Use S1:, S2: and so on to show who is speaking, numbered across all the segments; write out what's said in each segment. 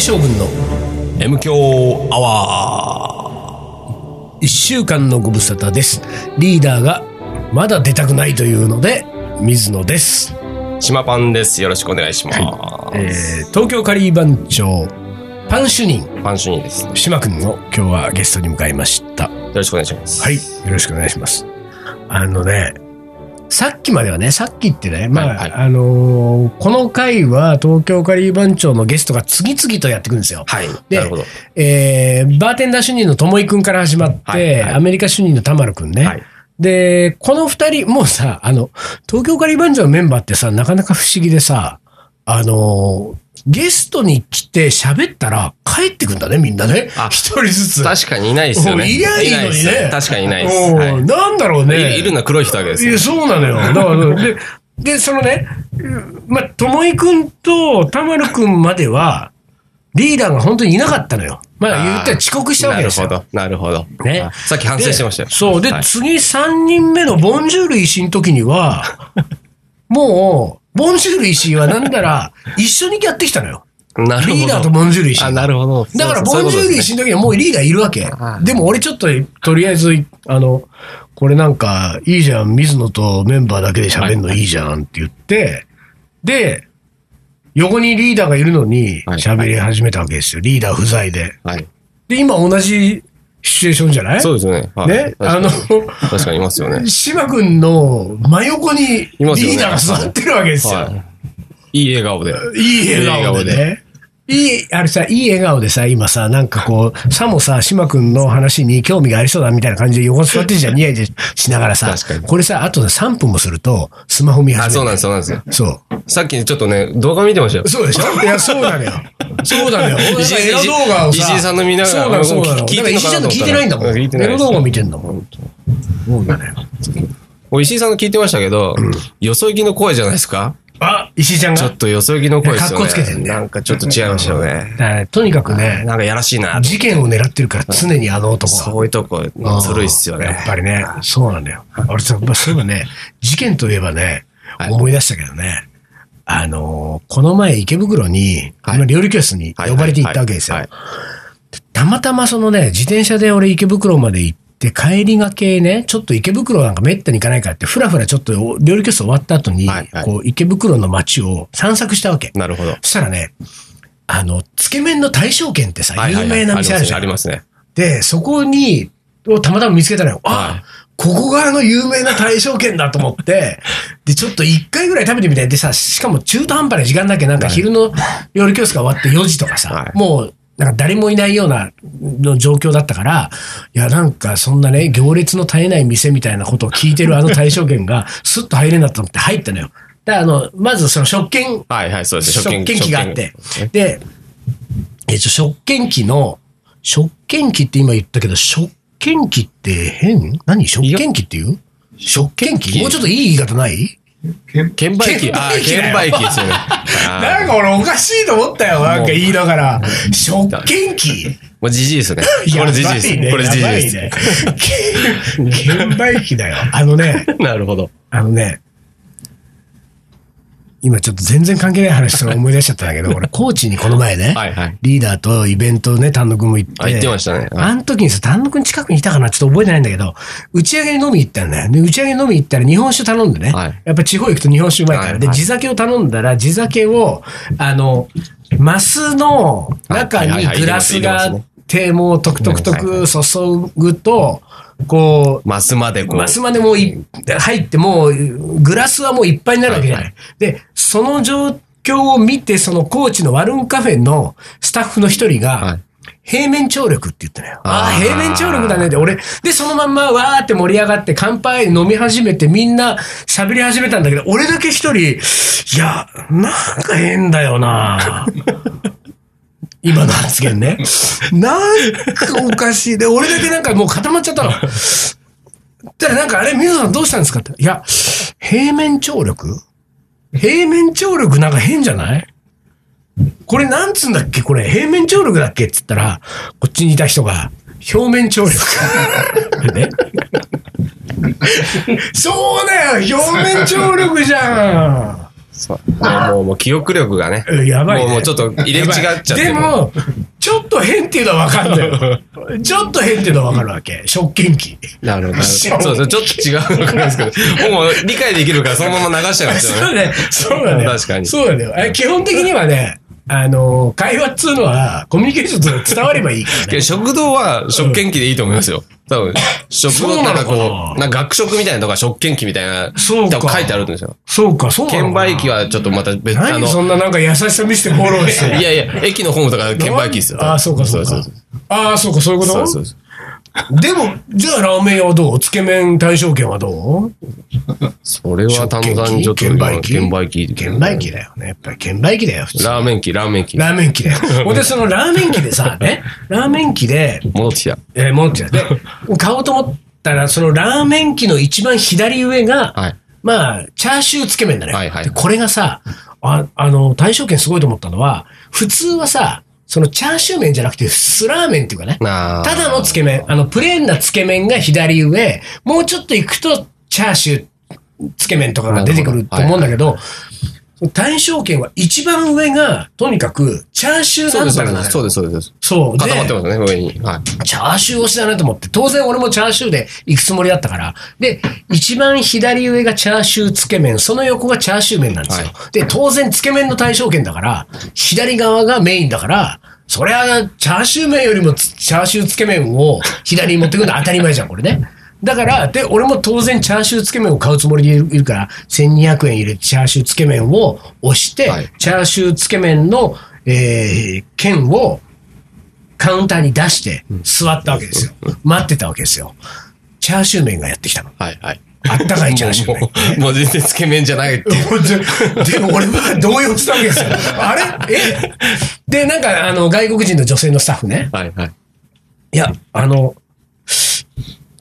S1: 将軍の M 強アワー一週間のご無沙汰ですリーダーがまだ出たくないというので水野です、
S2: 島パンです。よろしくお願いします。
S1: えー、東京カリー番長パン主任
S2: パンシュニーです。よ
S1: 島君を今日はゲストに迎えました
S2: ろしくお願いします。
S1: はい。よろしくお願いします。あのね、さっきまではね、さっきってね、まあ、
S2: はいはい
S1: あのーこの回は東京カリー番長のゲストが次々とやってくるんですよ。
S2: はい。
S1: で
S2: なるほど。
S1: えーバーテンダー主任のともいくんから始まって、
S2: はいはい
S1: アメリカ主任のたまるくんね。
S2: はい
S1: で、この二人、もうさ、あの、東京カリー番長のメンバーってさ、なかなか不思議でさ、あのーゲストに来て喋ったら帰ってくんだね、みんなね
S2: あ。
S1: 一人ずつ。
S2: 確かにいないですよね。
S1: おいりゃいいのにね
S2: なですよ確かにいないです。
S1: おー
S2: はい
S1: なんだろうね。
S2: いいるのは黒い人だけです
S1: い
S2: よ
S1: や、。そうなのよ。 だから、で、で、そのね、うんまあ、ともいくんとたまるくんまでは、リーダーが本当にいなかったのよ。まあ、
S2: ー
S1: 言ったら遅刻したわけですよ。
S2: なるほど、なるほど。
S1: ね
S2: あさっき反省してましたよ。
S1: でそう。で、
S2: はい
S1: 次3人目のボンジュール石井の時に は、もう、ボンジュール石井はなんなら、一緒にやってきたのよ。
S2: なるほど。
S1: リーダーとボンジュール石井。
S2: あ、なるほど。
S1: だから、
S2: そう
S1: ボンジュール
S2: そういうことです
S1: 石井の時にはもうリーダーいるわけ
S2: は。い
S1: でも俺ちょっと、とりあえず、あの、これなんか、いいじゃん、水野とメンバーだけで喋るのいいじゃんって言って、で、横にリーダーがいるのに
S2: はい
S1: 喋り始めたわけですよ。リーダー不在で。
S2: ねはい。
S1: で、今同じシチュエーションじゃない
S2: そうですよね。はい
S1: ね
S2: 確、か
S1: あ
S2: に
S1: の、
S2: 確かにいま すよね。
S1: 島君の真横にリ
S2: いますよね
S1: ーダーが座ってるわけですよ。
S2: はい。いい笑顔で。
S1: いい笑顔でね。いい、あれさ、いい笑顔でさ、今さ、なんかこう、さもさ、島くんの話に興味がありそうだみたいな感じで横に座ってるじゃん、ニヤニヤしながらさ
S2: 確か、に
S1: これさ、あと3分もすると、スマホ見
S2: あ、
S1: 始
S2: そう
S1: める。
S2: なんです、そうなんですよ。
S1: そう。
S2: さっきちょっとね、動画見てましたよ。
S1: そうでしょいや、そうなのよ。そうなのよ。俺
S2: 石井
S1: エロ動画をさ、
S2: 石井さんの見ながら
S1: そうなの、そうなの。
S2: 聞い
S1: だか
S2: て
S1: ら
S2: んの
S1: 石井
S2: か
S1: さん
S2: な
S1: の
S2: と思ったら
S1: 聞いてないんだもん。
S2: 聞
S1: エ
S2: いてないです
S1: ロ動画見てんだもん。そうなのよ。
S2: お石井さんの聞いてましたけど、よそ行きの声じゃないですか
S1: あ、石井ちゃん
S2: ちょ
S1: が
S2: っ。とよそ行きの声ですよ
S1: い
S2: ね。
S1: や格好つけてんね
S2: なんかちょっと違いましたよね。
S1: だからとにかくね、
S2: なんかやらしいな。
S1: 事件を狙ってるから、常にあの男は。
S2: そういうとこ、ずるいっすよ
S1: や
S2: ね
S1: っ。ぱりね、そうなんだよ。俺さ、まあ、そういえばね、事件といえばね、
S2: はい
S1: 思い出したけどね、あのーこの前池袋に、
S2: はい
S1: まあ料理教室に
S2: はい
S1: 呼ばれて行ったわけですよ。
S2: はいは
S1: たまたまそのね、自転車で俺池袋まで行って、帰りがけね、ちょっと池袋なんかめったに行かないからって、ふらふらちょっと料理教室終わった後に、
S2: はいはい
S1: こう池袋の街を散策したわけ。
S2: いなるほど。
S1: そしたらね、あの、つけ麺の大正券ってさ、
S2: はいはいは
S1: 有
S2: い
S1: 名な店あるじゃん
S2: あり。ますね。
S1: で、そこに、をたまたま見つけたのよ。あ、
S2: はい
S1: ここがあの有名な大正券だと思 って、で、ちょっと一回ぐらい食べてみたい。でさ、しかも中途半端な時間だけなんか昼の料理教室が終わって4時とかさ、
S2: はい
S1: もう、なんか誰もいないようなの状況だったから、いやなんかそんなね、行列の絶えない店みたいなことを聞いてるあの大正券が、スッと入れんなと思って入ったのよ。だからあの、まずその食券
S2: はいはい、そうです。
S1: 食券機があって
S2: 食券。
S1: で、えっと、食券機の、食券機って今言ったけど、食券機って変何食券機って言う食券機
S2: 機
S1: もうちょっといい言い方ない
S2: 券売機。ああ、
S1: 券
S2: 券
S1: 売
S2: 売 機ですよね。あ
S1: か俺おかしいと思ったよ。なん
S2: か言
S1: いながら。食券機
S2: ーもうじじいですね。これじじいです。これじじいです。
S1: す。券売機だよ。あのね、
S2: なるほど。
S1: あのね、今ちょっと全然関係ない話それ思い出しちゃったんだけ ど、俺、高知にこの前ね、
S2: はいはい。
S1: リーダーとイベントね、丹野くんも行って。
S2: あ行ってましたねはい
S1: あの時にさ、丹野くん近くにいたかなちょっと覚えてないんだけど、打ち上げに飲み行ったんだよ。で、打ち上げに飲み行ったら日本酒頼んでね。
S2: はい
S1: やっぱ地方行くと日本酒うまいから。
S2: はい
S1: で、
S2: はい
S1: 地酒を頼んだら、地酒を、あの、マスの中
S2: はい
S1: に
S2: はいはい
S1: グラスがあ
S2: 入れます入
S1: っ
S2: れま
S1: て、もうトクトクト
S2: はいは
S1: ク注ぐと、こう、
S2: マスまでこう。
S1: マスまでもうい入って、もうグラスはもういっぱいになるわけじゃない。
S2: は
S1: で、その状況を見て、その高知のワルンカフェのスタッフの一人が、
S2: はい
S1: 平面張力って言ったのよ。ああ、
S2: あー
S1: 平面張力だねって、俺、で、そのまんまわーって盛り上がって、乾杯飲み始めて、みんな喋り始めたんだけど、俺だけ一人、いや、なんか変だよな 今の発言ね。なんかおかしい。で、俺だけなんかもう固まっちゃったの。たらなんかあれ、水野さんどうしたんですかって。いや、平面張力平面張力なんか変じゃないこれなんつうんだっけこれ平面張力だっけっつったら、こっちにいた人が、表面張 力。ね、そうだよ表面張力じゃん
S2: そうもう、もう記憶力がね。
S1: うんやばいね
S2: もう、もうちょっと入れ違っちゃってる。
S1: でも、ちょっと変っていうのはわかるんだよ。ちょっと変っていうのはわかるわけ。食券機。
S2: なるほど。
S1: 知
S2: そ
S1: らん
S2: うそう、ちょっと違うのかなんですけど、もう理解できるからそのまま流しちゃうんです
S1: そ
S2: よ
S1: う
S2: ね。
S1: ね。そうなんだよ。
S2: 確かに
S1: そうなんだよ。え基本的にはね、あの、会話っつうのは、コミュニケーションと伝わればいいから
S2: け
S1: ね。
S2: ど食堂は食券機でいいと思いますよ。多分、食堂なんか
S1: そうな
S2: こ
S1: のか
S2: う、なんか学食みたいなとか食券機みたいな、
S1: そうか
S2: 多分書いてあるんですよ。
S1: そうか、そうなの
S2: 券
S1: かな
S2: 売機はちょっとまた別、あ
S1: 何
S2: の、
S1: そんななんか優しさ見せてフォローして。
S2: いやいや、駅のホームとか券売機ですよ。
S1: ああ、そうか、そうか。ああ、そうか、そういうこと
S2: そうそうそう。
S1: でも、じゃあラーメン屋はどうつけ麺対象券はどう
S2: それは丹野さんにちょっと
S1: 券売機
S2: 券売機。
S1: 券売機だよね。やっぱり券売機だよ、普通。
S2: ラーメン機、ラーメン機。
S1: ラーメン機 だよ。ほんで、そのラーメン機でさ、ね、ラーメン機で、
S2: 戻ってきた。
S1: えー、持ってたで、買おうと思ったら、そのラーメン機の一番左上が、
S2: はい
S1: まあ、チャーシューつけ麺だね。
S2: はいはい
S1: でこれがさ、ああの、対象券すごいと思ったのは、普通はさ、そのチャーシュー麺じゃなくて、スラーメンっていうかね。
S2: あー
S1: ただのつけ麺。あの、プレーンなつけ麺が左上、もうちょっと行くと、チャーシューつけ麺とかが出てくると思うんだけど、その対象券は一番上が、とにかく、チャーシュー
S2: そう
S1: な
S2: で
S1: ん
S2: す、
S1: た
S2: そ
S1: ら
S2: うで
S1: なの
S2: す。
S1: よ
S2: そうです、そうです。
S1: そう。
S2: 固まっ
S1: で
S2: てますね、上に。はい。
S1: チャーシュー推しだなと思って、当然俺もチャーシューで行くつもりだったから。で、一番左上がチャーシューつけ麺、その横がチャーシュー麺なんですよ。
S2: は
S1: で、当然つけ麺の対象圏だから、左側がメインだから、そりゃ、チャーシュー麺よりもつチャーシューつけ麺を左に持ってくるのは当たり前じゃん、これね。だから、で、俺も当然チャーシューつけ麺を買うつもりでいるから、1200円入れてチャーシューつけ麺を押して、
S2: はい
S1: チャーシューつけ麺の、えー、券をカウンターに出して座ったわけですよ。待ってたわけですよ。チャーシュー麺がやってきたの。
S2: はい、はい。
S1: あったかいチャーシュー麺
S2: も。う、もう全然つけ麺じゃないっていう。
S1: でで、俺は動揺したわけですよ。あれえで、なんか、あの、外国人の女性のスタッフね。
S2: はい、はい。
S1: いや、あの、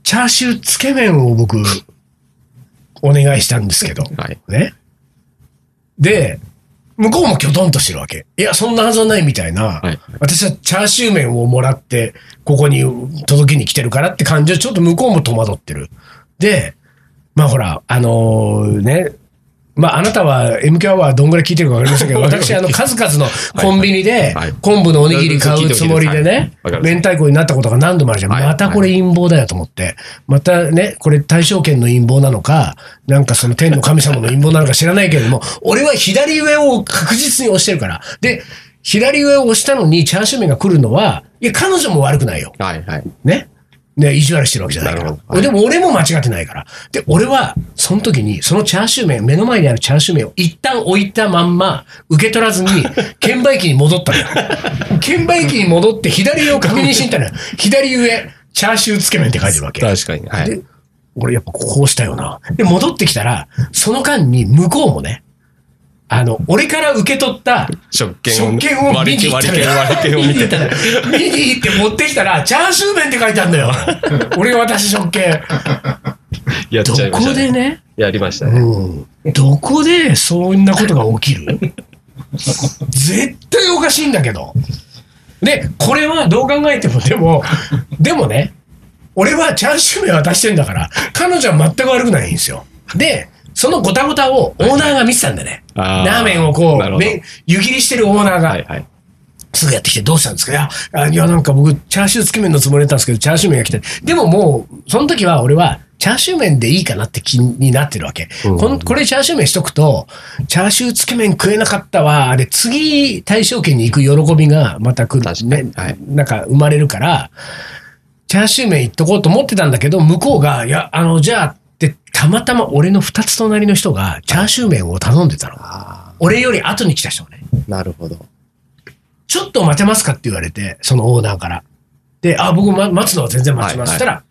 S1: チャーシューつけ麺を僕、お願いしたんですけど。
S2: はい
S1: ね。で、向こうもきょとんとしてるわけ。いや、そんなはずはないみたいな。
S2: はい
S1: 私はチャーシュー麺をもらって、ここに届けに来てるからって感じで、ちょっと向こうも戸惑ってる。で、まあほら、あのーね、まああなたは MQ アワーどんぐらい聞いてるかわかりませんけ ど、私、あの、数々のコンビニで
S2: はい、
S1: 昆布のおにぎり買うつもりでね
S2: はいわかり、ます
S1: 明太子になったことが何度もあるじゃん。
S2: はい
S1: またこれ陰謀だよと思って。またね、これ対象権の陰謀なのか、なんかその天の神様の陰謀なのか知らないけれども、俺は左上を確実に押してるから。で、左上を押したのにチャーシュー麺が来るのは、いや、彼女も悪くないよ。
S2: はい、はい。
S1: ね。ね、意地悪してるわけじゃないか
S2: な
S1: ら。
S2: るほどはい
S1: でも俺も間違ってないから。で、俺は、その時に、そのチャーシュー麺、目の前にあるチャーシュー麺を一旦置いたまんま、受け取ら ずに、券売機に戻ったのよ。券売機に戻って、左上を確認しに行ったのよ。左上、チャーシューつけ麺って書いてるわけ。
S2: 確かに。は
S1: で
S2: い。
S1: 俺やっぱこうしたよな。で、戻ってきたら、その間に向こうもね、あの、俺から受け取った、
S2: 食券を。
S1: 食券を見
S2: 割り
S1: に
S2: 券、
S1: 行った
S2: 割
S1: の
S2: り
S1: よ
S2: 券、割り券を見て。
S1: 見に行って持ってきたら、チャーシュー麺って書いてあるんだよ。俺が私食券。
S2: やっ
S1: ど
S2: ちゃいまし
S1: こ
S2: た
S1: で
S2: ね。
S1: ね、
S2: やりましたね。
S1: うん、どこでそんなことが起きる絶対おかしいんだけど。で、これはどう考えても、でも、でもね、俺はチャーシュー麺渡してんだから、彼女は全く悪くないんですよ。で、そのごたごたをオーナーが見てたんだね。
S2: あー
S1: ラーメンをこ
S2: なる
S1: う、
S2: ほど
S1: め湯切りしてるオーナーが。
S2: はい、はい。
S1: すぐやってきて、どうしたんですかいや、あいやなんか僕、チャーシューつけ麺のつもりだったんですけど、チャーシュー麺が来て、でももう、その時は俺は、チャーシュー麺でいいかなって気になってるわけ。
S2: うん
S1: このこれチャーシュー麺しとくと、チャーシューつけ麺食えなかったわ、あれ、次、対象圏に行く喜びがまた来
S2: 確
S1: る、
S2: か
S1: ね
S2: にはい
S1: なんか生まれるから、チャーシュー麺行っとこうと思ってたんだけど、向こうが、いや、あの、じゃあ、って、たまたま俺の二つ隣の人が、チャーシュー麺を頼んでたの。
S2: あ
S1: 俺より後に来た人がね。
S2: あ、なるほど。
S1: ちょっと待てますかって言われて、そのオーナーから。で、あ、僕、ま、待つのは全然待ちます。そ
S2: はい
S1: したら、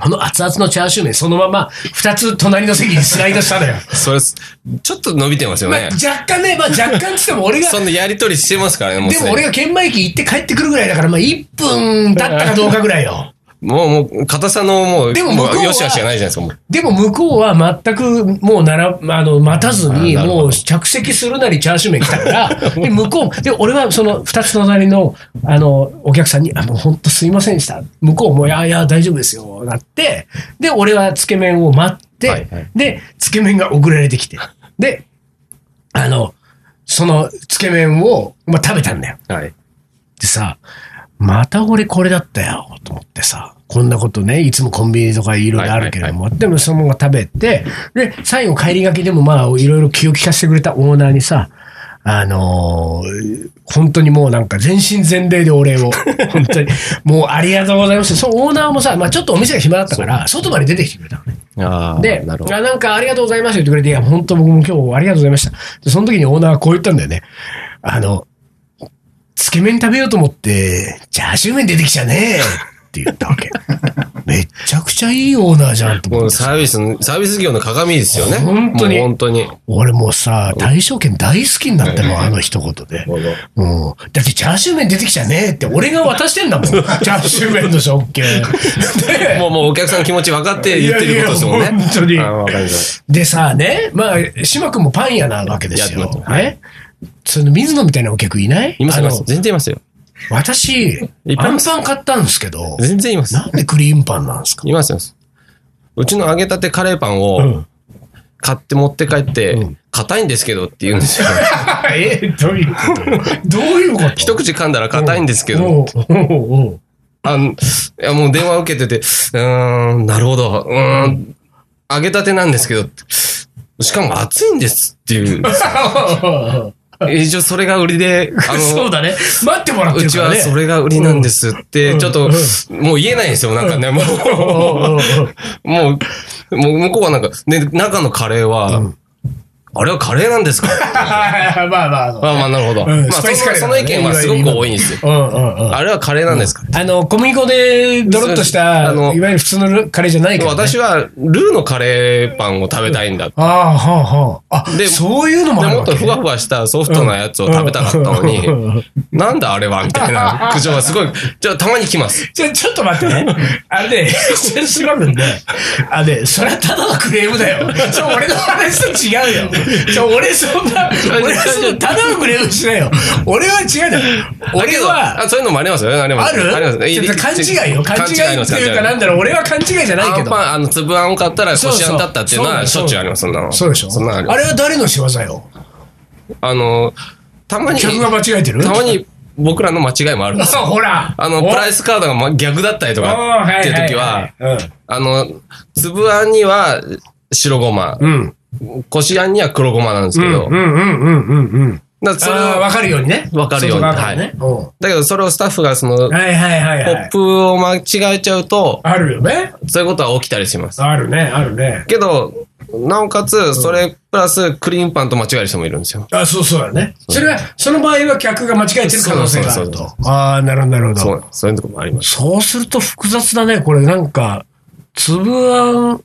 S1: この熱々のチャーシュー麺、そのまま、二つ隣の席にスライドしたの よ。
S2: それ、ちょっと伸びてますよ
S1: まあ、
S2: ね。
S1: 若干ね、まあ、若干って言っても俺が、
S2: そんなやりとりしてますからね、もう
S1: ですも
S2: で
S1: 俺
S2: に。
S1: が券売機行って帰ってくるぐらいだから、まあ、1分経ったかどうかぐらいよ。
S2: もう、もう、硬さの、もう、
S1: でも向こうは
S2: よしよしがないじゃないですか、もう。
S1: でも向こうは全くもうならあの待たずに
S2: あなるほど
S1: もう着席するなりチャーシュー麺来たから で向こうで俺はその2つ隣のあのお客さんに「あもう本当すいませんでした」向こうも「いやいや大丈夫ですよ」なってで俺はつけ麺を待って、
S2: はいはい
S1: でつけ麺が送られてきてであの、そのつけ麺を、まあ、食べたんだよ。
S2: はい。
S1: でさ、また俺これだったよ、と思ってさ、こんなことね、いつもコンビニとかいろいろあるけれども、でもそのまま食べて、で、最後帰りがけでもまあ、いろいろ気を利かせてくれたオーナーにさ、あのー本当にもうなんか全身全霊でお礼 を。本当に。もうありがとうございました。そのオーナーもさ、まあちょっとお店が暇だったから、外まで出てきてくれたのね。
S2: ああ。
S1: で、
S2: な
S1: な
S2: るほど。
S1: なんかありがとうございました言ってくれて、いや、本当僕も今日ありがとうございました。で、その時にオーナーがこう言ったんだよね。あの、つけ麺食べようと思って、チャーシュー麺出てきちゃねえって言ったわ け。めっちゃくちゃいいオーナーじゃんと
S2: も
S1: 思っ
S2: う
S1: て。
S2: サービスの、サービス業の鏡ですよね。
S1: 本当に
S2: もう本当に。
S1: 俺もうさ、大証券大好きになったの、あの一言で。うん。だってチャーシュー麺出てきちゃねえって、俺が渡してんだ もん。チャーシュー麺の食券。で
S2: もう、もうお客さんの気持ち分かって言ってることですもんね。
S1: いやいや本当に
S2: ああわかりまし
S1: でさ、ね、まあ、島君もパン屋なわけです
S2: や
S1: よ
S2: ってま。す
S1: ね。その水野みたいなお客いない
S2: たいます、い
S1: あ
S2: ます。
S1: の、
S2: 全然いますよ。
S1: 私、
S2: いっぱいい
S1: あん
S2: ます
S1: パン買ったんですけど、
S2: 全然います。
S1: なんでクリームパンなんです か
S2: いますよ。うちの揚げたてカレーパン
S1: う
S2: を
S1: ん。
S2: 買って持って帰って
S1: うん、
S2: 硬いんですけどって言う んですよ。
S1: え、どういうことどういうこと
S2: 一口噛んだら硬いんですけど、
S1: おうおうおう
S2: あんいやもう電話受けてて、うーん、なるほど、うーん、揚げたてなんですけど、しかも熱いんですっていう。一応それが売りで、あ
S1: そう
S2: の、
S1: だね。待ってもらって
S2: う
S1: る
S2: ち
S1: から
S2: は
S1: ね。
S2: それが売りなんですって、ちょっ
S1: う
S2: と
S1: ん、
S2: もう言えないんですよ、なんかね、も
S1: おうおうおう
S2: う、もう、もう向こうはなんか、で、中のカレーは、あれはカレーなんですか
S1: まあまあ
S2: まあまあ、なるほ
S1: う
S2: ど。
S1: ん
S2: ま
S1: ス
S2: あ、そ
S1: パ
S2: の
S1: イスカレー
S2: そ
S1: だか
S2: の
S1: ら
S2: 意
S1: ね
S2: 見はすごく多いんですよ。
S1: うんうんうん。
S2: あれはカレーなんですか
S1: あの、小麦粉でドロッとした、
S2: そうあの
S1: いわゆる普通のカレーじゃないけど、ね。
S2: 私は、ルーのカレーパンを食べたいんだ。で、
S1: ああ、はあはあ。あ、
S2: で
S1: そういうのもある
S2: もっ
S1: わ
S2: と
S1: け
S2: ふわふわしたソフトなやつを食べたかったの
S1: うんうん
S2: に、なんだあれはみたいな 苦情がすごい、じゃあたまに来ます。
S1: ちょ、ちょっと待ってね。あれね、先生があるんで、あれね、それはただのクレームだよ。そう、俺の話と違うよ。そう、俺そんな、俺はそのただのクレームしないよ。俺は違うだよ。
S2: だ け
S1: 俺
S2: ど
S1: は、
S2: あそういうのもありますよね。ありま
S1: あ
S2: す
S1: る
S2: あります
S1: ちょっと勘違いよ。勘違いっていうか、なん
S2: だ
S1: だろう、俺は勘違いじゃない
S2: あ
S1: け
S2: ん
S1: ど。
S2: パン、あの、粒あんを買ったらこしあんだったっていうのはし
S1: そうそう
S2: ょっちゅうあります、そんなの。
S1: そうでしょ
S2: そんなのあ
S1: あ
S2: りま
S1: れ
S2: す
S1: は誰の仕業よ。
S2: あの、たまに、
S1: 客が間違えてる
S2: たまに僕らの間違いもあるんです
S1: あ
S2: よ
S1: ほら。
S2: あの、プライスカードがま逆だったりとかっていう時は、
S1: おー、はいはいはい
S2: あの、粒あんには白ごま、
S1: うん。うん。
S2: こしあんには黒ごまなんですけど、
S1: うんうんうんうんうん。
S2: だからそれ
S1: ああ、
S2: を
S1: わかるようにね。
S2: わかるよう
S1: 外
S2: に
S1: 側からね。うん
S2: だけどそれをスタッフがそ
S1: は
S2: の、
S1: いはいはい
S2: コ
S1: は
S2: ッ
S1: い。
S2: プを間違えちゃうと、
S1: あるよね。
S2: そういうことは起きたりします。
S1: あるね、あるね。
S2: けど、なおかつ、それプラスクリーンパンと間違える人もいるんですよ。
S1: あ、そうそうだね。それは、その場合は客が間違えてる可能性があ
S2: そう
S1: る
S2: そう
S1: と。ああ、なるほど、なるほ
S2: そ
S1: ど。
S2: う、そういうとこもあります。
S1: そうすると複雑だね、これなんか、粒あん、ん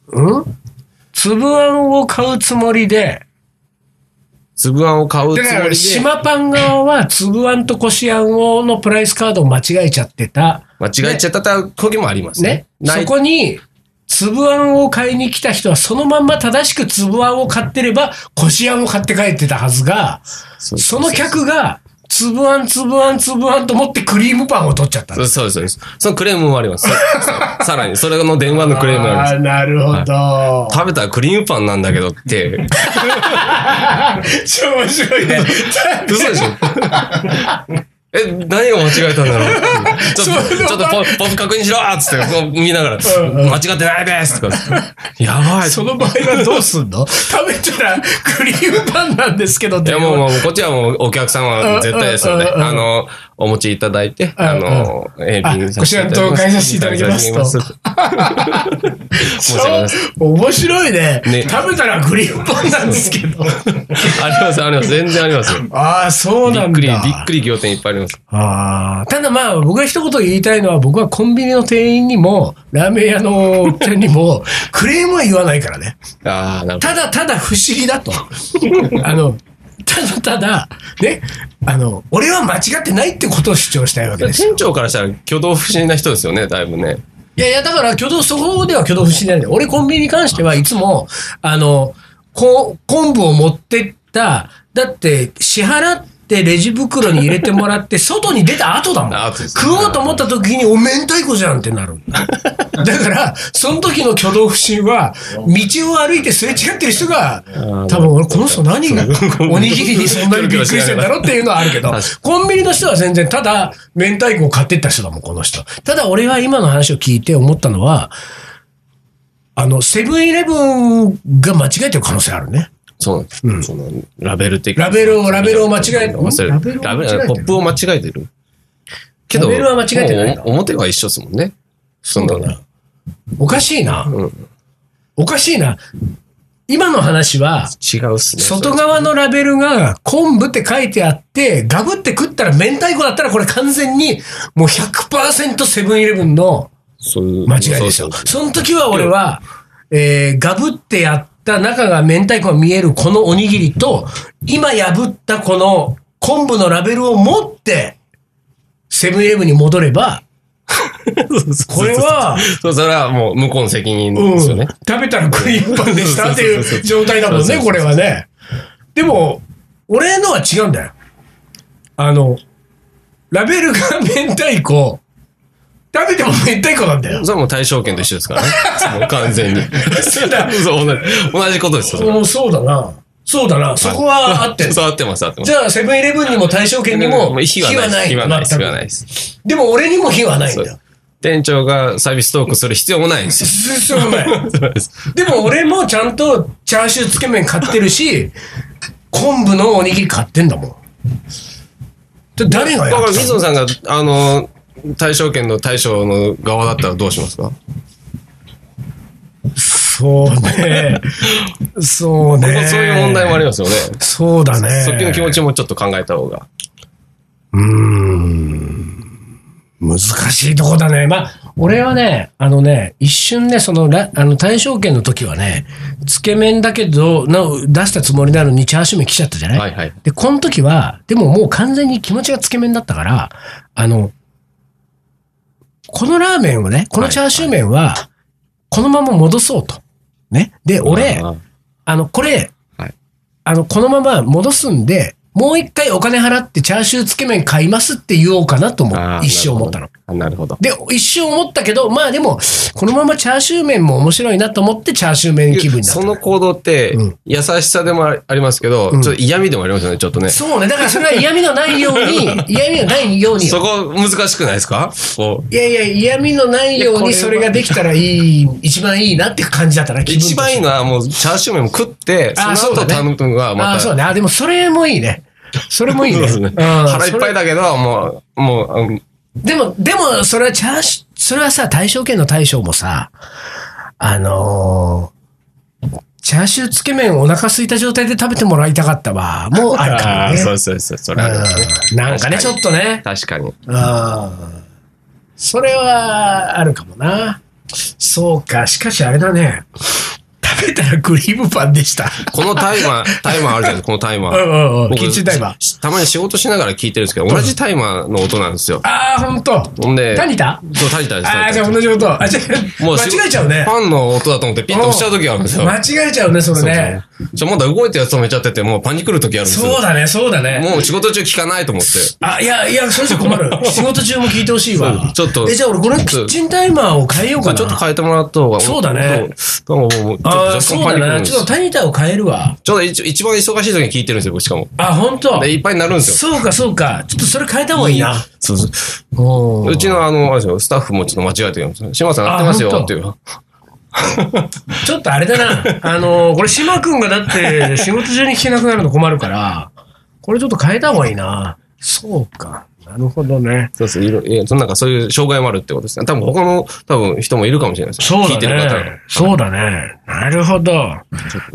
S1: 粒あんを買うつもりで、
S2: 粒あんを買うつ
S1: だ
S2: も
S1: か
S2: りで
S1: ら、島パン側は、粒あんとこしあんをのプライスカードを間違えちゃってた。
S2: 間違えちゃった時もあります
S1: ね
S2: ね。。な
S1: そ
S2: い
S1: こに、粒あんを買いに来た人は、そのまんま正しく粒あんを買ってれば、こしあんを買って帰ってたはずが、
S2: そう
S1: その客が、粒あん、粒あん、粒あんと思ってクリームパンを取っちゃったん
S2: そ
S1: だ。
S2: うそうそうです。そのクレームもあります。そうそうさら に、それの電話のクレームもありま
S1: あ
S2: す。
S1: ー、なるほど。
S2: 食べたらクリームパンなんだけどって、
S1: 超面白いね。
S2: 嘘でしょ え、何を間違えたんだろうってちょっと、ちょっとポポップ確認しろっつって、こう見ながら、
S1: うんうん
S2: 間違ってないですとか、やば い。
S1: その場合はどうすんの食べたらクリームパンなんですけどっ
S2: い
S1: て
S2: や、もう、もう、こっちはもう、お客様は絶対ですので、
S1: うんうんうんうん
S2: あの、お持ちいただいて、あの、え
S1: あこちらのと返させていただきますと
S2: 申し訳ないです。
S1: 面白いね
S2: ね
S1: 食べたらグリーンパンなんですけど。
S2: あります、あります。全然ありますよ。
S1: ああ、そう
S2: び
S1: な
S2: っ
S1: んだ。
S2: くり、びっくり仰天いっぱいあります。
S1: ああ。ただまあ、僕が一言言いたいのは、僕はコンビニの店員にも、ラーメン屋のおっちゃんにも、クレームは言わないからね。
S2: ああ、なるほ
S1: ただただ不思議だと。あの、ただただ、ね、あの、俺は間違ってないってことを主張したいわけ
S2: ど。
S1: ですよ。
S2: 店長からしたら挙動不審な人ですよね、だいぶね。
S1: いやいや、だから、挙動、そこでは挙動不審なんだよ。俺、コンビニに関してはいつも、あの、こ昆布を持ってった、だって、支払っって、レジ袋に入れてもら って、外に出た後だもん。
S2: 後ですね
S1: 食おうと思った時に、お明太子じゃんってな る。だから、その時の挙動不審は、道を歩いてすれ違ってる人が、多分俺、この人何が、おにぎりにそんなにびっくりしてんだろっていうのはあるけど、コンビニの人は全然、ただ、明太子を買ってった人だもん、この人。ただ、俺は今の話を聞いて思ったのは、あの、セブンイレブンが間違えてる可能性あるね。
S2: そうなんです。そのラベル的
S1: ラベルをラベルを間違え
S2: て忘れ
S1: ラベル
S2: る。
S1: を
S2: ラベ
S1: 間違えてる
S2: ル、ポップを間違えてる。けど、
S1: ラベルは間違えてないの
S2: もう表は一緒ですもんね。そう
S1: だな。おかしいな。おかしいな。今の話は、
S2: 違うっすね。
S1: 外側のラベルが昆布って書いてあって、ガブって食ったら明太子だったらこれ完全にもう100%セブンイレブンの
S2: そういう
S1: 間違いですよ。
S2: そう
S1: その時は俺は、えー、ガブってやった中が明太子が見えるこのおにぎりと、今破ったこの昆布のラベルを持って、セブンイレブンに戻れば、 これは、
S2: そう、それはもう向こうの責任
S1: うん、
S2: ですよね
S1: 食。べたら食い一般でしたって
S2: そうそ
S1: い
S2: うそうう
S1: 状態だもん
S2: そうそう
S1: ね、
S2: そ
S1: こ
S2: う
S1: れはね。でも、俺のは違うんだよ。あの、ラベルが明太子、食べても明太子なんだよ。
S2: それはもう対象権と一緒ですからね。 もう完全に。そう
S1: だ
S2: 同じ同じことですよ。
S1: うんそうだな。そうだな。そこは合ってる。
S2: そう合ってます、合ってます
S1: じ。ゃあ、セブンイレブンにも対象権にも、
S2: 火はない。
S1: 火
S2: 火
S1: は
S2: は
S1: な。
S2: ないい。
S1: 全
S2: 火
S1: く
S2: はないです。
S1: でも俺にも火はないんだよ。
S2: 店長がサービストークする必要もないんですよ。
S1: そうそうない。
S2: そうです。
S1: でも俺もちゃんとチャーシューつけ麺買ってるし、昆布のおにぎり買ってんだもん。で誰が
S2: だか
S1: やっ
S2: ら、
S1: てた
S2: 水
S1: の
S2: 野さんが、あの、対象権の対象の側だったらどうしますか
S1: そうね。そう
S2: ま
S1: ね。
S2: あそういう問題もありますよね。
S1: そうだね。
S2: そっちの気持ちもちょっと考えた方が。
S1: うーん。難しいとこだね。まあ、俺はね、あのね、一瞬ね、そのら、あの、対象権の時はね、つけ麺だけど、なお出したつもりなのにチャーシュー麺来ちゃったじゃない、
S2: はいはい
S1: で、この時は、でももう完全に気持ちがつけ麺だったから、あの、このラーメンをね、このチャーシュー麺は、このまま戻そうと。ね。で、俺、
S2: あ
S1: あの、これ、
S2: はい
S1: あの、このまま戻すんで、もう一回お金払ってチャーシューつけ麺買いますって言おうかなと思
S2: あ
S1: う。一生思ったの。。
S2: あなるほど。
S1: で、一生思ったけど、まあでも、このままチャーシュー麺も面白いなと思ってチャーシュー麺気分になった
S2: そ。の行動って
S1: うん、
S2: 優しさでもありますけど、ちょっと嫌味でもありますよね、ちょっとね。
S1: そうね。だからそれは嫌味のないよう に、嫌味のないように。
S2: そこ難しくないですかこう
S1: いやいや、嫌味のないようにそれができたらいい、一番いいなっていう感じだったな、気分として
S2: 一番いいのはもうチャーシュー麺も食って、そ
S1: あ
S2: の
S1: そう
S2: 後
S1: だ
S2: 頼
S1: ね
S2: むのが
S1: あ
S2: ま
S1: あ、
S2: た。
S1: そ
S2: そうう
S1: ね。あ、でもそれもいいね。それもい いね。
S2: です
S1: う
S2: ね
S1: ん
S2: 腹いっぱい
S1: それ
S2: だけど、もう、もうあの、
S1: でも、でも、それはチャーシュー、それはさ、対象権の対象もさ、あのーチャーシューつけ麺をお腹空いた状態で食べてもらいたかったわ。もうあるから
S2: あ
S1: ね
S2: ー。そうそうそう、それあるね。
S1: うんなんかね、ちょっとね。
S2: 確か
S1: う
S2: に。
S1: んそれは、あるかもな。そうか、しかしあれだね。食べたらクリームパンでした。
S2: このタイマ ー、タイマーあるじゃないですか、このタイマー。
S1: うんうんうん
S2: 僕
S1: キッチンタイマー
S2: したまに仕事しながら聞いてるんですけど、同じタイマーの音なんですよ。
S1: ああ、ほんと。
S2: ほんで、
S1: タニタ
S2: そう、タニタです。
S1: あ
S2: タ
S1: あ、
S2: ニ
S1: じ
S2: タ
S1: ゃあ同じこと。あ、じゃあ
S2: もう
S1: 間違えちゃうね。
S2: ファンの音だと思ってピッと押しちゃう時があるんですよ。
S1: 間違えちゃうね、それね。
S2: そうそうちょ、まだ動いてるやつ止めちゃってて、もうパニクる時あるんですよ。
S1: そうだね、そうだね。
S2: もう仕事中聞かないと思って。
S1: あ、いや、いや、それじゃ困 る。仕事中も聞いてほしいわ。
S2: そうちょっと
S1: え、じゃあ俺これキッチンタイマーを変えようかな。
S2: ちょっと変えてもらった方が。
S1: そうだね
S2: そう。なんかもう、ちょっと
S1: あ
S2: 若
S1: あ、
S2: 干
S1: そう
S2: パ
S1: だ
S2: ニクるん
S1: な。
S2: で
S1: ち
S2: す
S1: ょっと
S2: よ。
S1: タニタを変えるわ。
S2: ちょうど一一番忙しい時に聞いてるんですよ、僕しかも。
S1: あ、ほんと
S2: で、いっぱいになるんですよ。
S1: そうか、そうか。ちょっとそれ変えた方がいいな。
S2: そうそう。
S1: お
S2: う
S1: ー
S2: ちのあの、あれですよ、スタッフもちょっと間違えてるんですよ。島さんやってますよっていう。
S1: ちょっとあれだな。あのーこれ、島くんがだって、仕事中に聞けなくなるの困るから、これちょっと変えた方がいいな。そうか。なるほどね。
S2: そうそう、いろいや、そのなんかそういう障害もあるってことですね。多分他の多分人もいるかもしれないですよ。
S1: そう
S2: 聞いてる
S1: だ
S2: 方
S1: ね。そうだね。なるほど。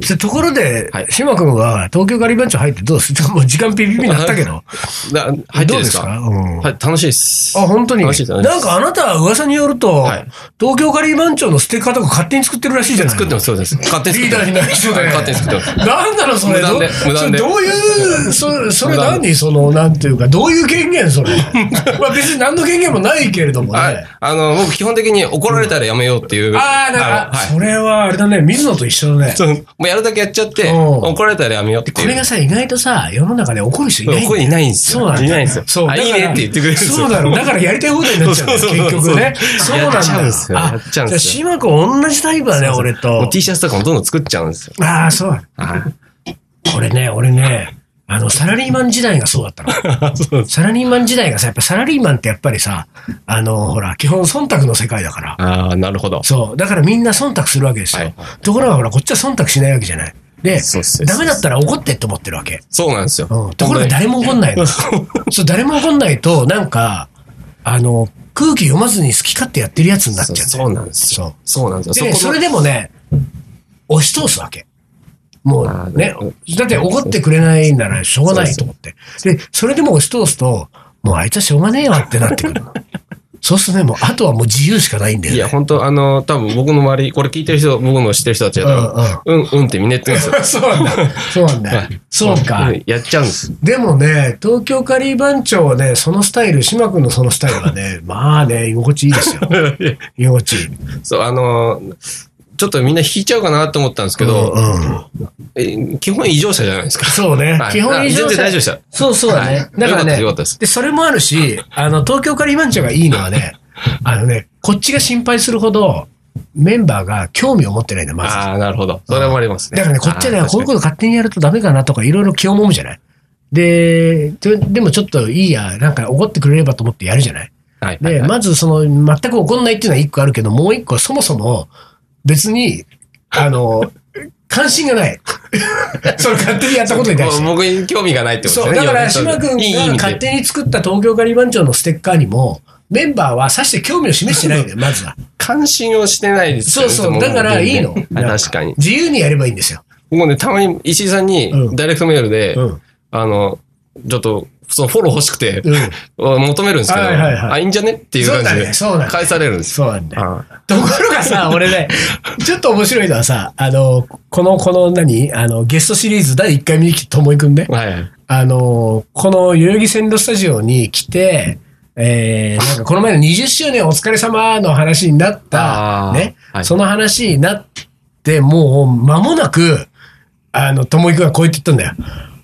S1: でところで
S2: はい、
S1: 島くんは東京ガリバンチョ入ってどうする もう時間ピピピになったけど。
S2: が。だ 入
S1: どうん
S2: ってる
S1: で
S2: です
S1: す
S2: か
S1: かうん
S2: はい、楽しいです。
S1: あ、本当に。
S2: 楽しいです
S1: な
S2: 楽しい
S1: んかあなたは噂によると
S2: はい、
S1: 東京ガリバンチョのステッカーとか勝手に作ってるらしいじゃない
S2: 作ってます、そうです。勝手に
S1: リーダー
S2: 作
S1: に
S2: って
S1: な
S2: ま
S1: り
S2: す。
S1: そうだね。
S2: 勝手に作ってます。
S1: なんだろう、それ。
S2: 無断で
S1: ど
S2: 無
S1: そ
S2: 断で
S1: れどういう、そそれ
S2: 無断
S1: 何その、なんていうか、どういう権限、そそれ。 まあ別に何の権限もないけれども
S2: あ
S1: ね。
S2: あの、僕基本的に怒られたらやめようっていう。
S1: ああ、なんか、
S2: あの
S1: それはあれだね、水野と一緒だね。
S2: はい。そうもうやるだけやっちゃって、
S1: うん
S2: 怒られたらやめようって
S1: こ
S2: いう。
S1: れがさ、意外とさ、世の中で怒る人いないんだよ
S2: これいないんですよ。
S1: そうなんだ
S2: いないんですよ。
S1: そう
S2: あ、いいねって言ってくれるんですよ。
S1: そうだろう。だからやりたい放題になっちゃうんだよ、
S2: そうそうそう
S1: 結局ね。そうなんだよ。
S2: やっちゃうんですよ
S1: あ
S2: やっちゃうんですよ
S1: じゃあ、島君同じタイプだね、俺
S2: もう
S1: と。
S2: T シャツとかもどんどん作っちゃうんですよ。
S1: ああ、そう。
S2: はい。
S1: これね、俺ね、あの、サラリーマン時代が そうだ ったの。
S2: そうです。
S1: サラリーマン時代がさ、やっぱサラリーマンってやっぱりさ、あの、ほら、基本忖度の世界だから。
S2: ああ、なるほど。
S1: そう。だからみんな忖度するわけですよ。
S2: はい
S1: ところがほら、こっちは忖度しないわけじゃない。で
S2: そうです、
S1: ダメだったら怒ってって思ってるわけ。
S2: そうなんですよ。
S1: うん、ところが誰も怒んない の。そう、誰も怒んないと、なんか、あの、空気読まずに好き勝手やってるやつになっ
S2: そう
S1: ちゃう。
S2: そうなんですよ。そうなんで
S1: で
S2: すよ。
S1: ね、
S2: この
S1: それでもね、押し通すわけ。も
S2: あ
S1: う
S2: ー
S1: ね
S2: うん、
S1: だって怒ってくれないならしょうがないと思って。で、それでも押し通すと、もうあいつはしょうがねえわってなってく るの。そうするとね、もう、あとはもう自由しかないんだ
S2: い
S1: よ
S2: や、
S1: ね。
S2: 本当あの、多分僕の周り、これ聞いてる人、僕の知ってる人たちが、うん、うんってみんな言ってるんですよ。
S1: そうなんだ。そうなんだ。そうか。
S2: んやっちゃうんです。
S1: でもね、東京カリー番長はね、そのスタイル、島君のそのスタイルは ね、まあね、居心地いいですよ。居心地いい。
S2: そう、あの、ちょっとみんな引いちゃうかなと思ったんですけど、
S1: うん、
S2: え基本異常者じゃないで すか。
S1: そうね。
S2: はい
S1: 基本以上
S2: あ全然大丈夫でした
S1: そうそうだね。
S2: は
S1: だ
S2: い
S1: から
S2: よかったで
S1: ね
S2: すよかったです
S1: それもあるし、あの、東京から今ちゃんがいいのは ね、あのね、こっちが心配するほど、メンバーが興味を持ってないんだよ、まず。
S2: ああ、なるほど。それもありますね。
S1: だからね、こっちは
S2: あ
S1: ね
S2: ー、
S1: こういうこと
S2: 確
S1: 勝手にやるとダメかなとか、いろいろ気をもむじゃないで、ででもちょっといいや、なんか怒ってくれればと思ってやるじゃない
S2: かにはい。
S1: で、
S2: はい
S1: まずその、全く怒んないっていうのは一個あるけど、もう一個はそもそも、別に、あの、 関心がない。 それ勝手にやったことに対して。
S2: 僕に興味がないってこと
S1: そう、
S2: ですね。
S1: だから、
S2: 要
S1: 島
S2: はね
S1: 君
S2: いい意
S1: が
S2: 味で
S1: 勝手に作った東京カリバン長のステッカーにも、メンバーはさして興味を示してないん だよ、まずは。
S2: 関心をしてないですよ
S1: そうそ
S2: ね。
S1: う、
S2: も
S1: だから
S2: 全
S1: い
S2: 然
S1: いの。
S2: はい確かに。
S1: 自由にやればいいんですよ。
S2: もうね、たまに石井さんに
S1: うん
S2: ダイレクトメールで、
S1: うん。
S2: あの、ちょっと、そのフォロー欲しくて、
S1: うん。
S2: 求めるんですけど、
S1: はいはいはい
S2: あ、いいんじゃねっていう
S1: そう
S2: 感
S1: だ
S2: じ
S1: ね、
S2: で、
S1: そうだね。
S2: 返されるんですよ。
S1: そうなんだよ。
S2: あ
S1: ところが さ、俺ね、ちょっと面白いのはさ、あの、この、この何、あの、ゲストシリーズ第1回見に来て、ともいくんね。
S2: はいはい。
S1: あの、この代々木線路スタジオに来て、えー、なんかこの前の20周年お疲れ様の話になった、
S2: あー
S1: ね、
S2: はい
S1: その話になって、もう間もなく、あの、ともいくんがこう言って言ったんだよ。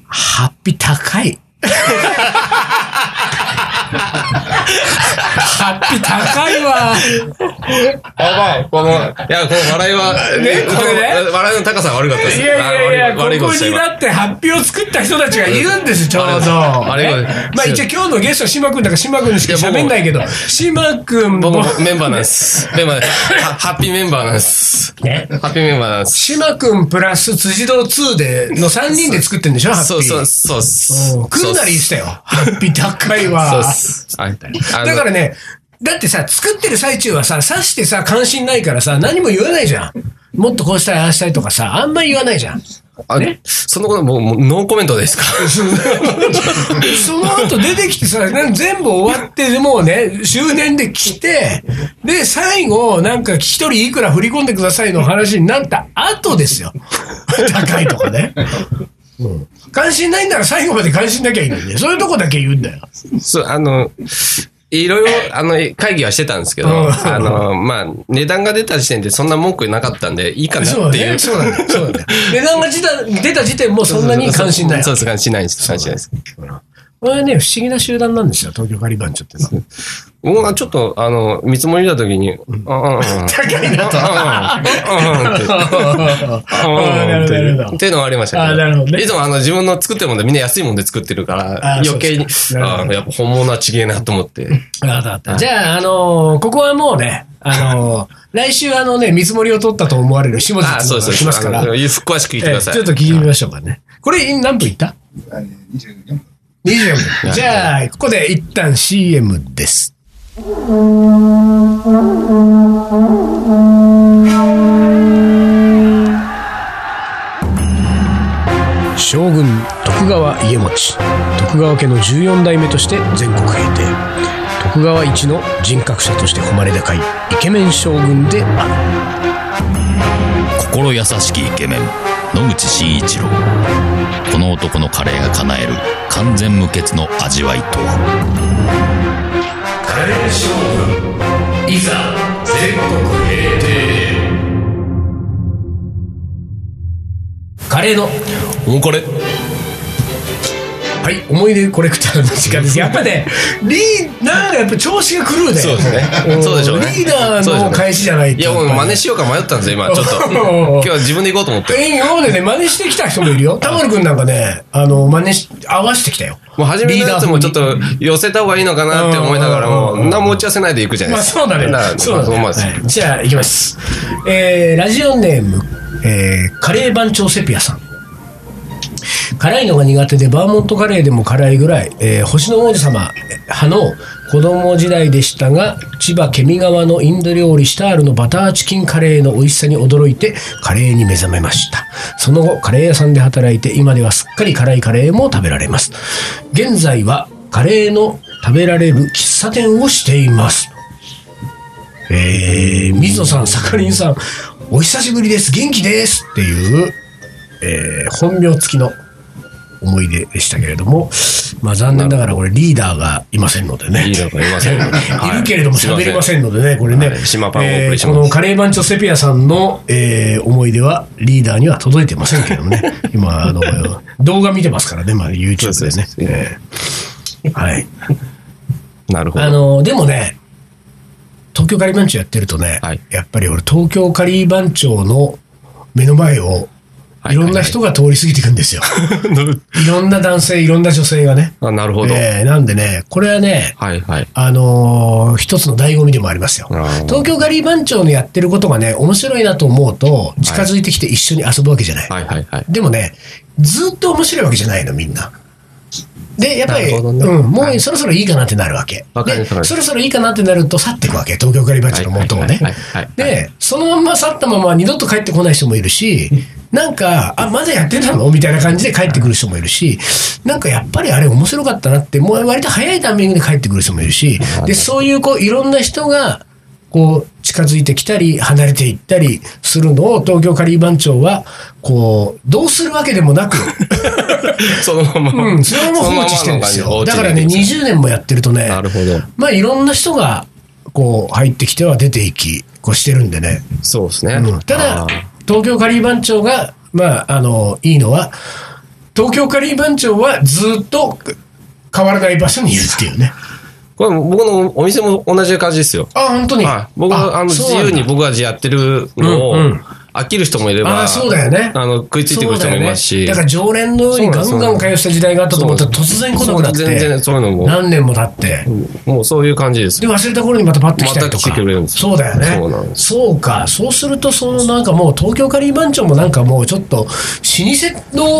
S1: ハッピー高い。 ハッピー高いわ。
S2: やばい、この、いや、この笑いは、
S1: ねこれね
S2: 笑いの高さが悪かったです。
S1: いやいやいや、
S2: あ
S1: ここ
S2: 悪い悪いことし
S1: に
S2: た今
S1: だって発表を作った人たちがいるんです、ちょうど。ね
S2: あれ
S1: まあ一応今日のゲストは島君だから島君しか喋んないけど、島君
S2: 僕
S1: も
S2: も、メンバーなんです。メンバーです。はハッピーメンバーなんです。
S1: ね
S2: ハッピーメンバーなんです。
S1: 島君プラス辻堂2で、の3人で作ってんでしょ、ハッピー。
S2: そうそう、そうっす。
S1: うん来るなら言ってたよ。ハッピー高い
S2: そう
S1: わ
S2: っ。す。はい。
S1: だ
S2: だ
S1: からね、だってさ、作ってる最中はさ、刺してさ、関心ないからさ、何も言わないじゃん。もっとこうしたい、ああしたいとかさ、あんまり言わないじゃん。
S2: あそのこともう、もうノーコメントですか
S1: その後出てきてさ、なん全部終わって、でもうね、終年で来て、で、最後、なんか、一人いくら振り込んでくださいの話になった後ですよ。 高いとかね。うん、関心ないなら最後まで関心なきゃいいのにね。そういうとこだけ言うんだよ。
S2: そう、あの、いろいろ、あの、会議はしてたんですけど、
S1: うん
S2: あの、まあ、値段が出た時点でそんな文句なかったんで、いいかな
S1: そう
S2: って
S1: だ
S2: い
S1: ね。
S2: う。
S1: そうだね。そうだね。値段が出た出た時点もうそんなに関心ない
S2: そう。です、関心ないです。関心ないです。
S1: これはね、不思議な集団なんですよ、東京カリバンチョってのは。
S2: 僕はちょっと、あの、見積もり見たときに、うん、うん、 うん、うん、うん、うん、
S1: 高い なと。なるほどなるほ
S2: っ
S1: ど
S2: ていうのはありました
S1: あーなるほどね
S2: いつもあの自分の作ってるもんでみんな安いもんで作ってるから
S1: あ、ー
S2: 余計に
S1: そうです、かなるほど
S2: あーやっぱ本物は違えなと思って。
S1: わかったわかった。じゃあ、あのーここはもうね、あ のー来週あのね、見積もりを取ったと思われる下地
S2: あー、そう
S1: 君
S2: で
S1: が来ま
S2: す、そうですす。
S1: か
S2: あ
S1: ら、
S2: の詳しく聞いてください。
S1: ちょっと聞いてみましょうかね。これ、何分いった
S3: あね24分。
S1: ?20 分。じゃあ、ここで一旦 CM です。将軍徳川家茂徳川家の14代目として全国平定徳川一の人格者として誉れ高いイケメン将軍である
S4: 心優しきイケメン
S3: 野口真一郎この男のカレーが叶える完全無欠の味わいとは
S1: カレー勝負いざ全国平定カレーの
S2: もうこれ。
S1: はい、思い出コレクターの時間 です。やっぱね、リーダーがやっぱ調子が狂うね。
S2: そうですね
S1: ん
S2: そうでしょうね
S1: リーダ
S2: そうで
S1: ー
S2: しょう
S1: の
S2: ね
S1: 返しじゃない
S2: いや、もう真似
S1: し。
S2: しようか迷ったんですよ、 今、ちょっと。今日は自分で行こうと思って。
S1: え、今までね、真似してきた人もいるよ。タモリ君なんかね、あの、真似し、合わせてきたよ。
S2: もう初めのやつもちょっ
S1: リーダー風に。
S2: と寄せた方がいいのかなって思いながらも、
S1: うん
S2: 何も打ち合わせないで行くじゃない
S1: まあ
S2: です
S1: そ
S2: か。
S1: うだね
S2: から。
S1: そうだね。
S2: まあそうです。
S1: はいじゃあ、いきます。えー、ラジオネーム、えー、カレー番長セピアさん。辛いのが苦手でバーモントカレーでも辛いぐらい、えー星の王子様派の子供時代でしたが千葉県民川のインド料理シタールのバターチキンカレーの美味しさに驚いてカレーに目覚めましたその後カレー屋さんで働いて今ではすっかり辛いカレーも食べられます現在はカレーの食べられる喫茶店をしていますえー、水野さん、坂林さん、お久しぶりです、元気ですっていう、えー本名付きの思い出でしたけれども、まあ残念ながらこれリーダーがいませんのでね。
S2: リーダーがいま せんはい
S1: いるけれども喋れませんのでね、これ
S2: は
S1: ね。
S2: い島パンをお送りします
S1: このカレー番長セピアさんの、えー思い出はリーダーには届いてませんけどもね。 今、あの、動画見てますからね、まあ YouTube でね。えーはい。
S2: なるほ
S1: あ
S2: ど。
S1: のでもね、東京カリバン長やってるとね、
S2: はい
S1: やっぱり俺、東京カリバン長の目の前を、
S2: は
S1: い
S2: い
S1: ろんな人が通り過ぎていくん ですよ。いろんな男性、いろんな女性がね。
S2: あなるほど。
S1: えーなんでね、これはね、
S2: はいはい。
S1: あのー一つの醍醐味でもありますよ。
S2: あー
S1: 東京カリバン長のやってることがね、面白いなと思うと、近づいてきて一緒に遊ぶわけじゃない。
S2: はいはいはい。
S1: でもね、ずっと面白いわけじゃないの、みんな。で、やっぱり、
S2: なるほどね
S1: うん、も
S2: は
S1: う
S2: い
S1: そろそろいいかなってなるわけ。
S2: わかり
S1: で、
S2: ますわかります
S1: そろそろいいかなってなると去っていくわけ、東京カリバッチの元をね
S2: はいはいはいはい。
S1: で、そのまんま去ったまま二度と帰ってこない人もいるし、なんか、あ、まだやってたのみたいな感じで帰ってくる人もいるし、なんかやっぱりあれ面白かったなって、もう割と早いタイミングで帰ってくる人もいるし、で、そういうこう、いろんな人が、こう、近づいてきたり、離れていったりするのを、東京カリー番長は、こう、どうするわけでも なく、
S2: そのまま。
S1: うん、それも放置してるんです
S2: そのま
S1: よ。
S2: まの感じ
S1: だからね、
S2: 放置で
S1: 20年もやってるとね、
S2: なるほど。
S1: まあいろんな人が、こう、入ってきては出ていき、こうしてるんでね。
S2: そうですね。
S1: うんた
S2: あ
S1: だ
S2: ー、
S1: 東京カリー番長が、まあ、あの、いいのは、東京カリー番長はずっと変わらない場所にいるっていうね。
S2: これ僕のお店も同じ感じですよ。
S1: あ、本当に。
S2: はい、僕はあの自
S1: そうなんだ
S2: 由に僕がやってるのを、
S1: うんうん
S2: 飽きる人もいれば
S1: あーそうだよね
S2: あの食いついてくる人もいます
S1: そう
S2: し
S1: だよね、だから常連のようにガンガン通した時代があったと思ったら
S2: そう
S1: 突然来なくなって
S2: 全然そういうのも
S1: 何年も経って
S2: もうそういう感じです
S1: で忘れた頃にまたパッと来たりと
S2: また来て
S1: か、
S2: くれるんですよ
S1: そうだよね
S2: そうな
S1: そ
S2: ん
S1: う
S2: です
S1: かそうするとそのなんかもう東京カリー番長もなんかもうちょっと老舗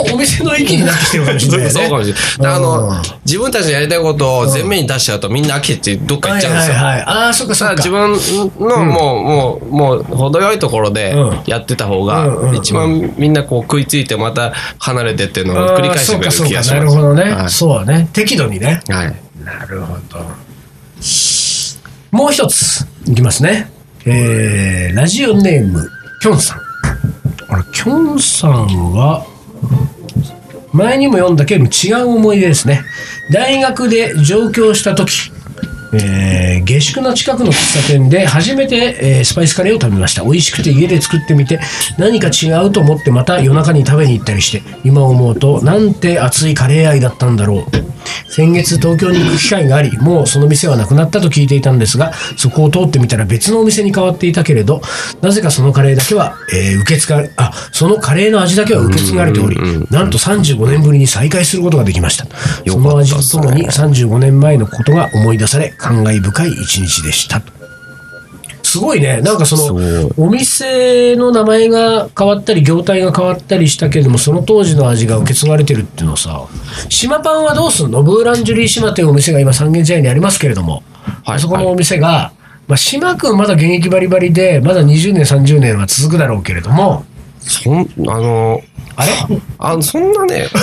S1: のお店の域になってきてるかもし
S2: そ
S1: れな
S2: う
S1: いよね
S2: かもしれない。あ
S1: うん
S2: の、自分たちのやりたいことを前面に出しちゃうとみんな飽きてどっか行っ
S1: はい
S2: ちゃうんで
S1: は
S2: す
S1: い
S2: よ。
S1: はいああそうかそう
S2: さあ
S1: か
S2: 自分のもう、もう、もう、程よいところで
S1: うん
S2: やってた
S1: う
S2: 方
S1: んうんう
S2: が、
S1: ん
S2: 一番みんなこう食いついてまた離れてっていうのを繰り返してくれる気がし
S1: あ
S2: ます。
S1: ーそうかそうかなるほどね、
S2: は
S1: そうだね適度にね
S2: い。はい。
S1: なるほど。もう一つ、いきますね。えー、ラジオネーム、きょんさん。あれ、きょんさんは、前にも読んだけど違う思い出ですね。大学で上京した時、えー下宿の近くの喫茶店で初めて、えースパイスカレーを食べました美味しくて家で作ってみて何か違うと思ってまた夜中に食べに行ったりして今思うとなんて熱いカレー愛だったんだろう先月東京に行く機会がありもうその店はなくなったと聞いていたんですがそこを通ってみたら別のお店に変わっていたけれどなぜかそのカレーだけは、えー受け継がれあそのカレーの味だけは受け継がれておりなんと35年ぶりに再会することができましたその味とともに35年前のことが思い出され感慨深い一日でしたとすごいねなんかそ
S2: そう
S1: のお店の名前が変わったり業態が変わったりしたけれどもその当時の味が受け継がれてるっていうのはさ島パンはどうすんのブーランジュリー島というお店が今三軒茶屋にありますけれども、
S2: はい
S1: あそこのお店が、まあ、島君まだ現役バリバリでまだ20年30年は続くだろうけれども
S2: そん、あの、
S1: あ れ
S2: あの、そんなね、あ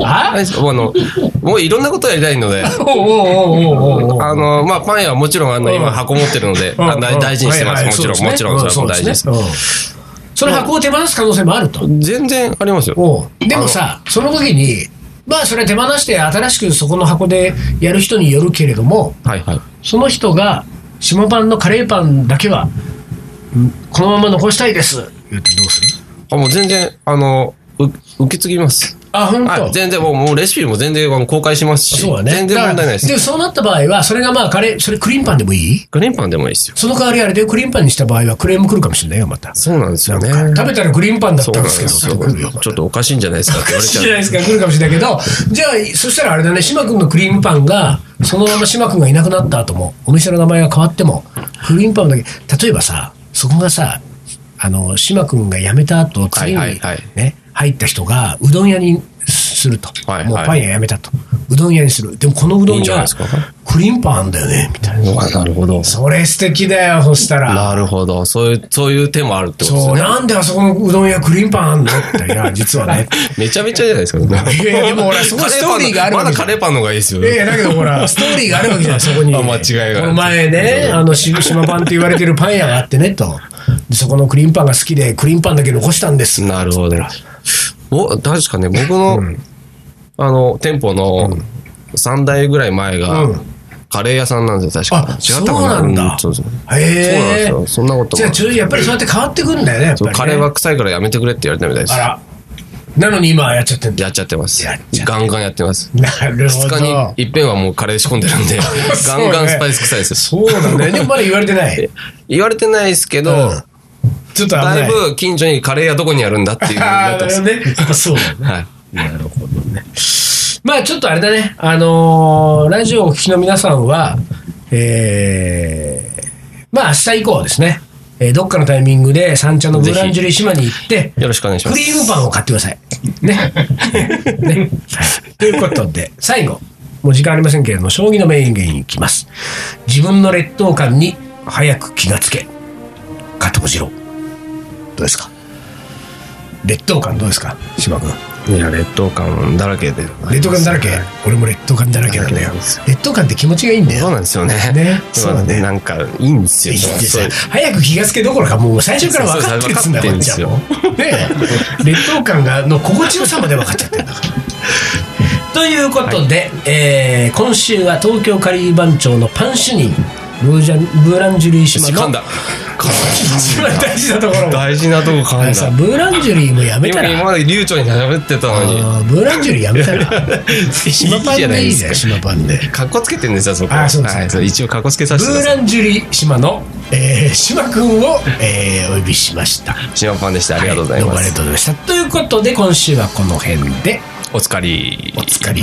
S2: の、あ
S1: あ
S2: れですあの、もういろんなことやりたいので、
S1: おうおうおうおうおうおう
S2: あの、まあ、パン屋はもちろん、あの、
S1: うん
S2: 今箱持ってるので、
S1: うん
S2: あの大大事にしてます。もちろん、もちろん、それはもう大事です。
S1: うんそうねうんその箱を手放す可能性もあると。
S2: 全然ありますよ。
S1: おうでもさ、その時に、まあそれ手放して新しくそこの箱でやる人によるけれども、
S2: はいはい。
S1: その人が島パンのカレーパンだけは、んこのまま残したいです。言ってどうする
S2: あ、もう全然、あの、う受け継ぎます。
S1: あ、本
S2: は
S1: 当。
S2: い、全然もう、もうレシピも全然あの公開しますし、
S1: そうだね。
S2: 全然問題ないで
S1: だから
S2: す。
S1: もそうなった場合は、それがまあカレー、それクリーンパンでもいい
S2: クレーンパンでもいいですよ。
S1: その代わりあれでクリーンパンにした場合はクレーム来るかもしれないよ、また。
S2: そうなんですよね。
S1: 食べたらクリーンパンだっ
S2: そう
S1: た
S2: なんん
S1: で
S2: です
S1: けど、
S2: すよ
S1: って来るよ。。
S2: ちょっとおかしいんじゃないですかって言われ
S1: 知
S2: ち
S1: らない
S2: ゃ
S1: ですか、来るかもしれないけど、じゃあ、そしたらあれだね、島君のクリームパンが、そのまま島君がいなくなった後も、お店の名前が変わっても、クリームパンだけ、例えばさ、そこがさ、あの、島君が辞めた後、次にね、
S2: はいはいはい
S1: 入った人が、うどん屋にすると。
S2: はい
S1: もう
S2: はい
S1: パン屋辞めたと。うどん屋にする。でもこのうど
S2: いい
S1: ん
S2: んじゃ
S1: 屋
S2: ないですか
S1: クリームパンあんだよね、み たいな。
S2: う。なるほど。
S1: それ素敵だよ、そしたら。
S2: なるほど。そういう、そういう手もあるってことです
S1: そう、
S2: ね。
S1: なんであそこのうどん屋クリームパンあんのって、いや、実は ね。
S2: めちゃめちゃじゃないですか。
S1: いやいや、でも俺、そこ
S2: カ
S1: はス
S2: レー
S1: ト
S2: パ
S1: ー
S2: ン
S1: リーがある
S2: ま
S1: わ
S2: だ
S1: けじゃ
S2: カ
S1: ん
S2: レーパンの方 がいいですよ
S1: い。やいや、だけどほ ら、ストーリーがあるわけじゃない、そこに。
S2: あ間違いが
S1: この前ね、あの、し島パンって言われてるパン屋があってね、と。でそこのクリーンパンが好きで、クリーンパンだけ残したんです。
S2: なるほど。お、確かね、僕の、あの、店舗の3代ぐらい前が、
S1: うん
S2: カレー屋さんなんですよ、確か
S1: あ。
S2: 違ったか
S1: そうなんだ
S2: うそうそうそうなんで
S1: へ
S2: す
S1: え。
S2: よ。そんなこと
S1: じ
S2: も
S1: ゃ
S2: あ
S1: あ、ち
S2: る
S1: ょやっぱりそうやって変わってくんだよね、やっぱ
S2: そ
S1: り
S2: う
S1: ね。
S2: カレーは臭いからやめてくれって言われたみたいです
S1: あ。ら。なのに今やっちゃってんだ。
S2: やっちゃってます
S1: やっちゃ。
S2: ガンガンやってます。
S1: なるほ
S2: 2日
S1: ど。
S2: に一遍はもうカレー仕込んでる んで、ガンガンスパイス臭いですよ。
S1: そうなんだよ。でもまだ言われてない。
S2: 言われてないですけど、
S1: うんちょっと危ない。
S2: だいぶ近所にカレー屋どこにあるんだっていう風に
S1: あ
S2: な
S1: あ、
S2: って
S1: な
S2: ま
S1: る
S2: す
S1: ほど。ね。あそうだね。
S2: はい。
S1: なるほどね。まあちょっとあれだね、あのーラジオをお聞きの皆さんは、えー、まあ明日以降ですね、えーどっかのタイミングで三茶のブランジュリー島に行って、
S2: よろしくお願いしま
S1: ク
S2: す。
S1: リームパンを買ってください。ね。ね。 ということで、最後、もう時間ありませんけれども、将棋の名言いきます。自分の劣等感に早く気がつけ。加藤次郎。どうですか劣等感どうですか島君。
S2: いや、劣等感だらけで。
S1: 劣等感だらけ俺も劣等感だらけなんだよ
S2: そうなんですよ
S1: 劣等感って気持ちがいいんだ
S2: そう
S1: よ
S2: なんですよね。
S1: ねそうだね
S2: なんか、いいんですよ。
S1: いいんでさ
S2: そう
S1: 早く気がつけどころかもう最初から分かってるっつうんだよこ
S2: そう
S1: っ
S2: そう
S1: ちは
S2: そう
S1: もうね え劣等感がの心地よさまで分かっちゃってるんだから。ということで、えー今週は東京カリー番長のパン主任ブージャンブーランジュリー島
S2: 噛ん
S1: の
S2: だ。
S1: 一番大事なところ
S2: 大事なとこ
S1: あ
S2: 噛
S1: れさ
S2: んだ。
S1: ブーランジュリーもやめた
S2: 今、今
S1: ら
S2: まで流暢に喋ってたのに。
S1: あーブーランジュリーやめたら島パン
S2: いいじゃな
S1: で
S2: い
S1: い
S2: で
S1: いじゃん
S2: すか。
S1: 島パンで。
S2: かっこつけてんですよ、そこ。
S1: あそうですね
S2: はいそう一応かっこつけさ
S1: ブ
S2: せてくだ
S1: ー
S2: さい。
S1: ランジュリ島の、えー、島くんを、えーお呼びしました。あ
S2: シマパンでした。ありがとうござい
S1: どうも
S2: ま
S1: ありが
S2: す。
S1: とうございました。ということで、今週はこの辺で、
S2: お疲れ。
S1: おつかり。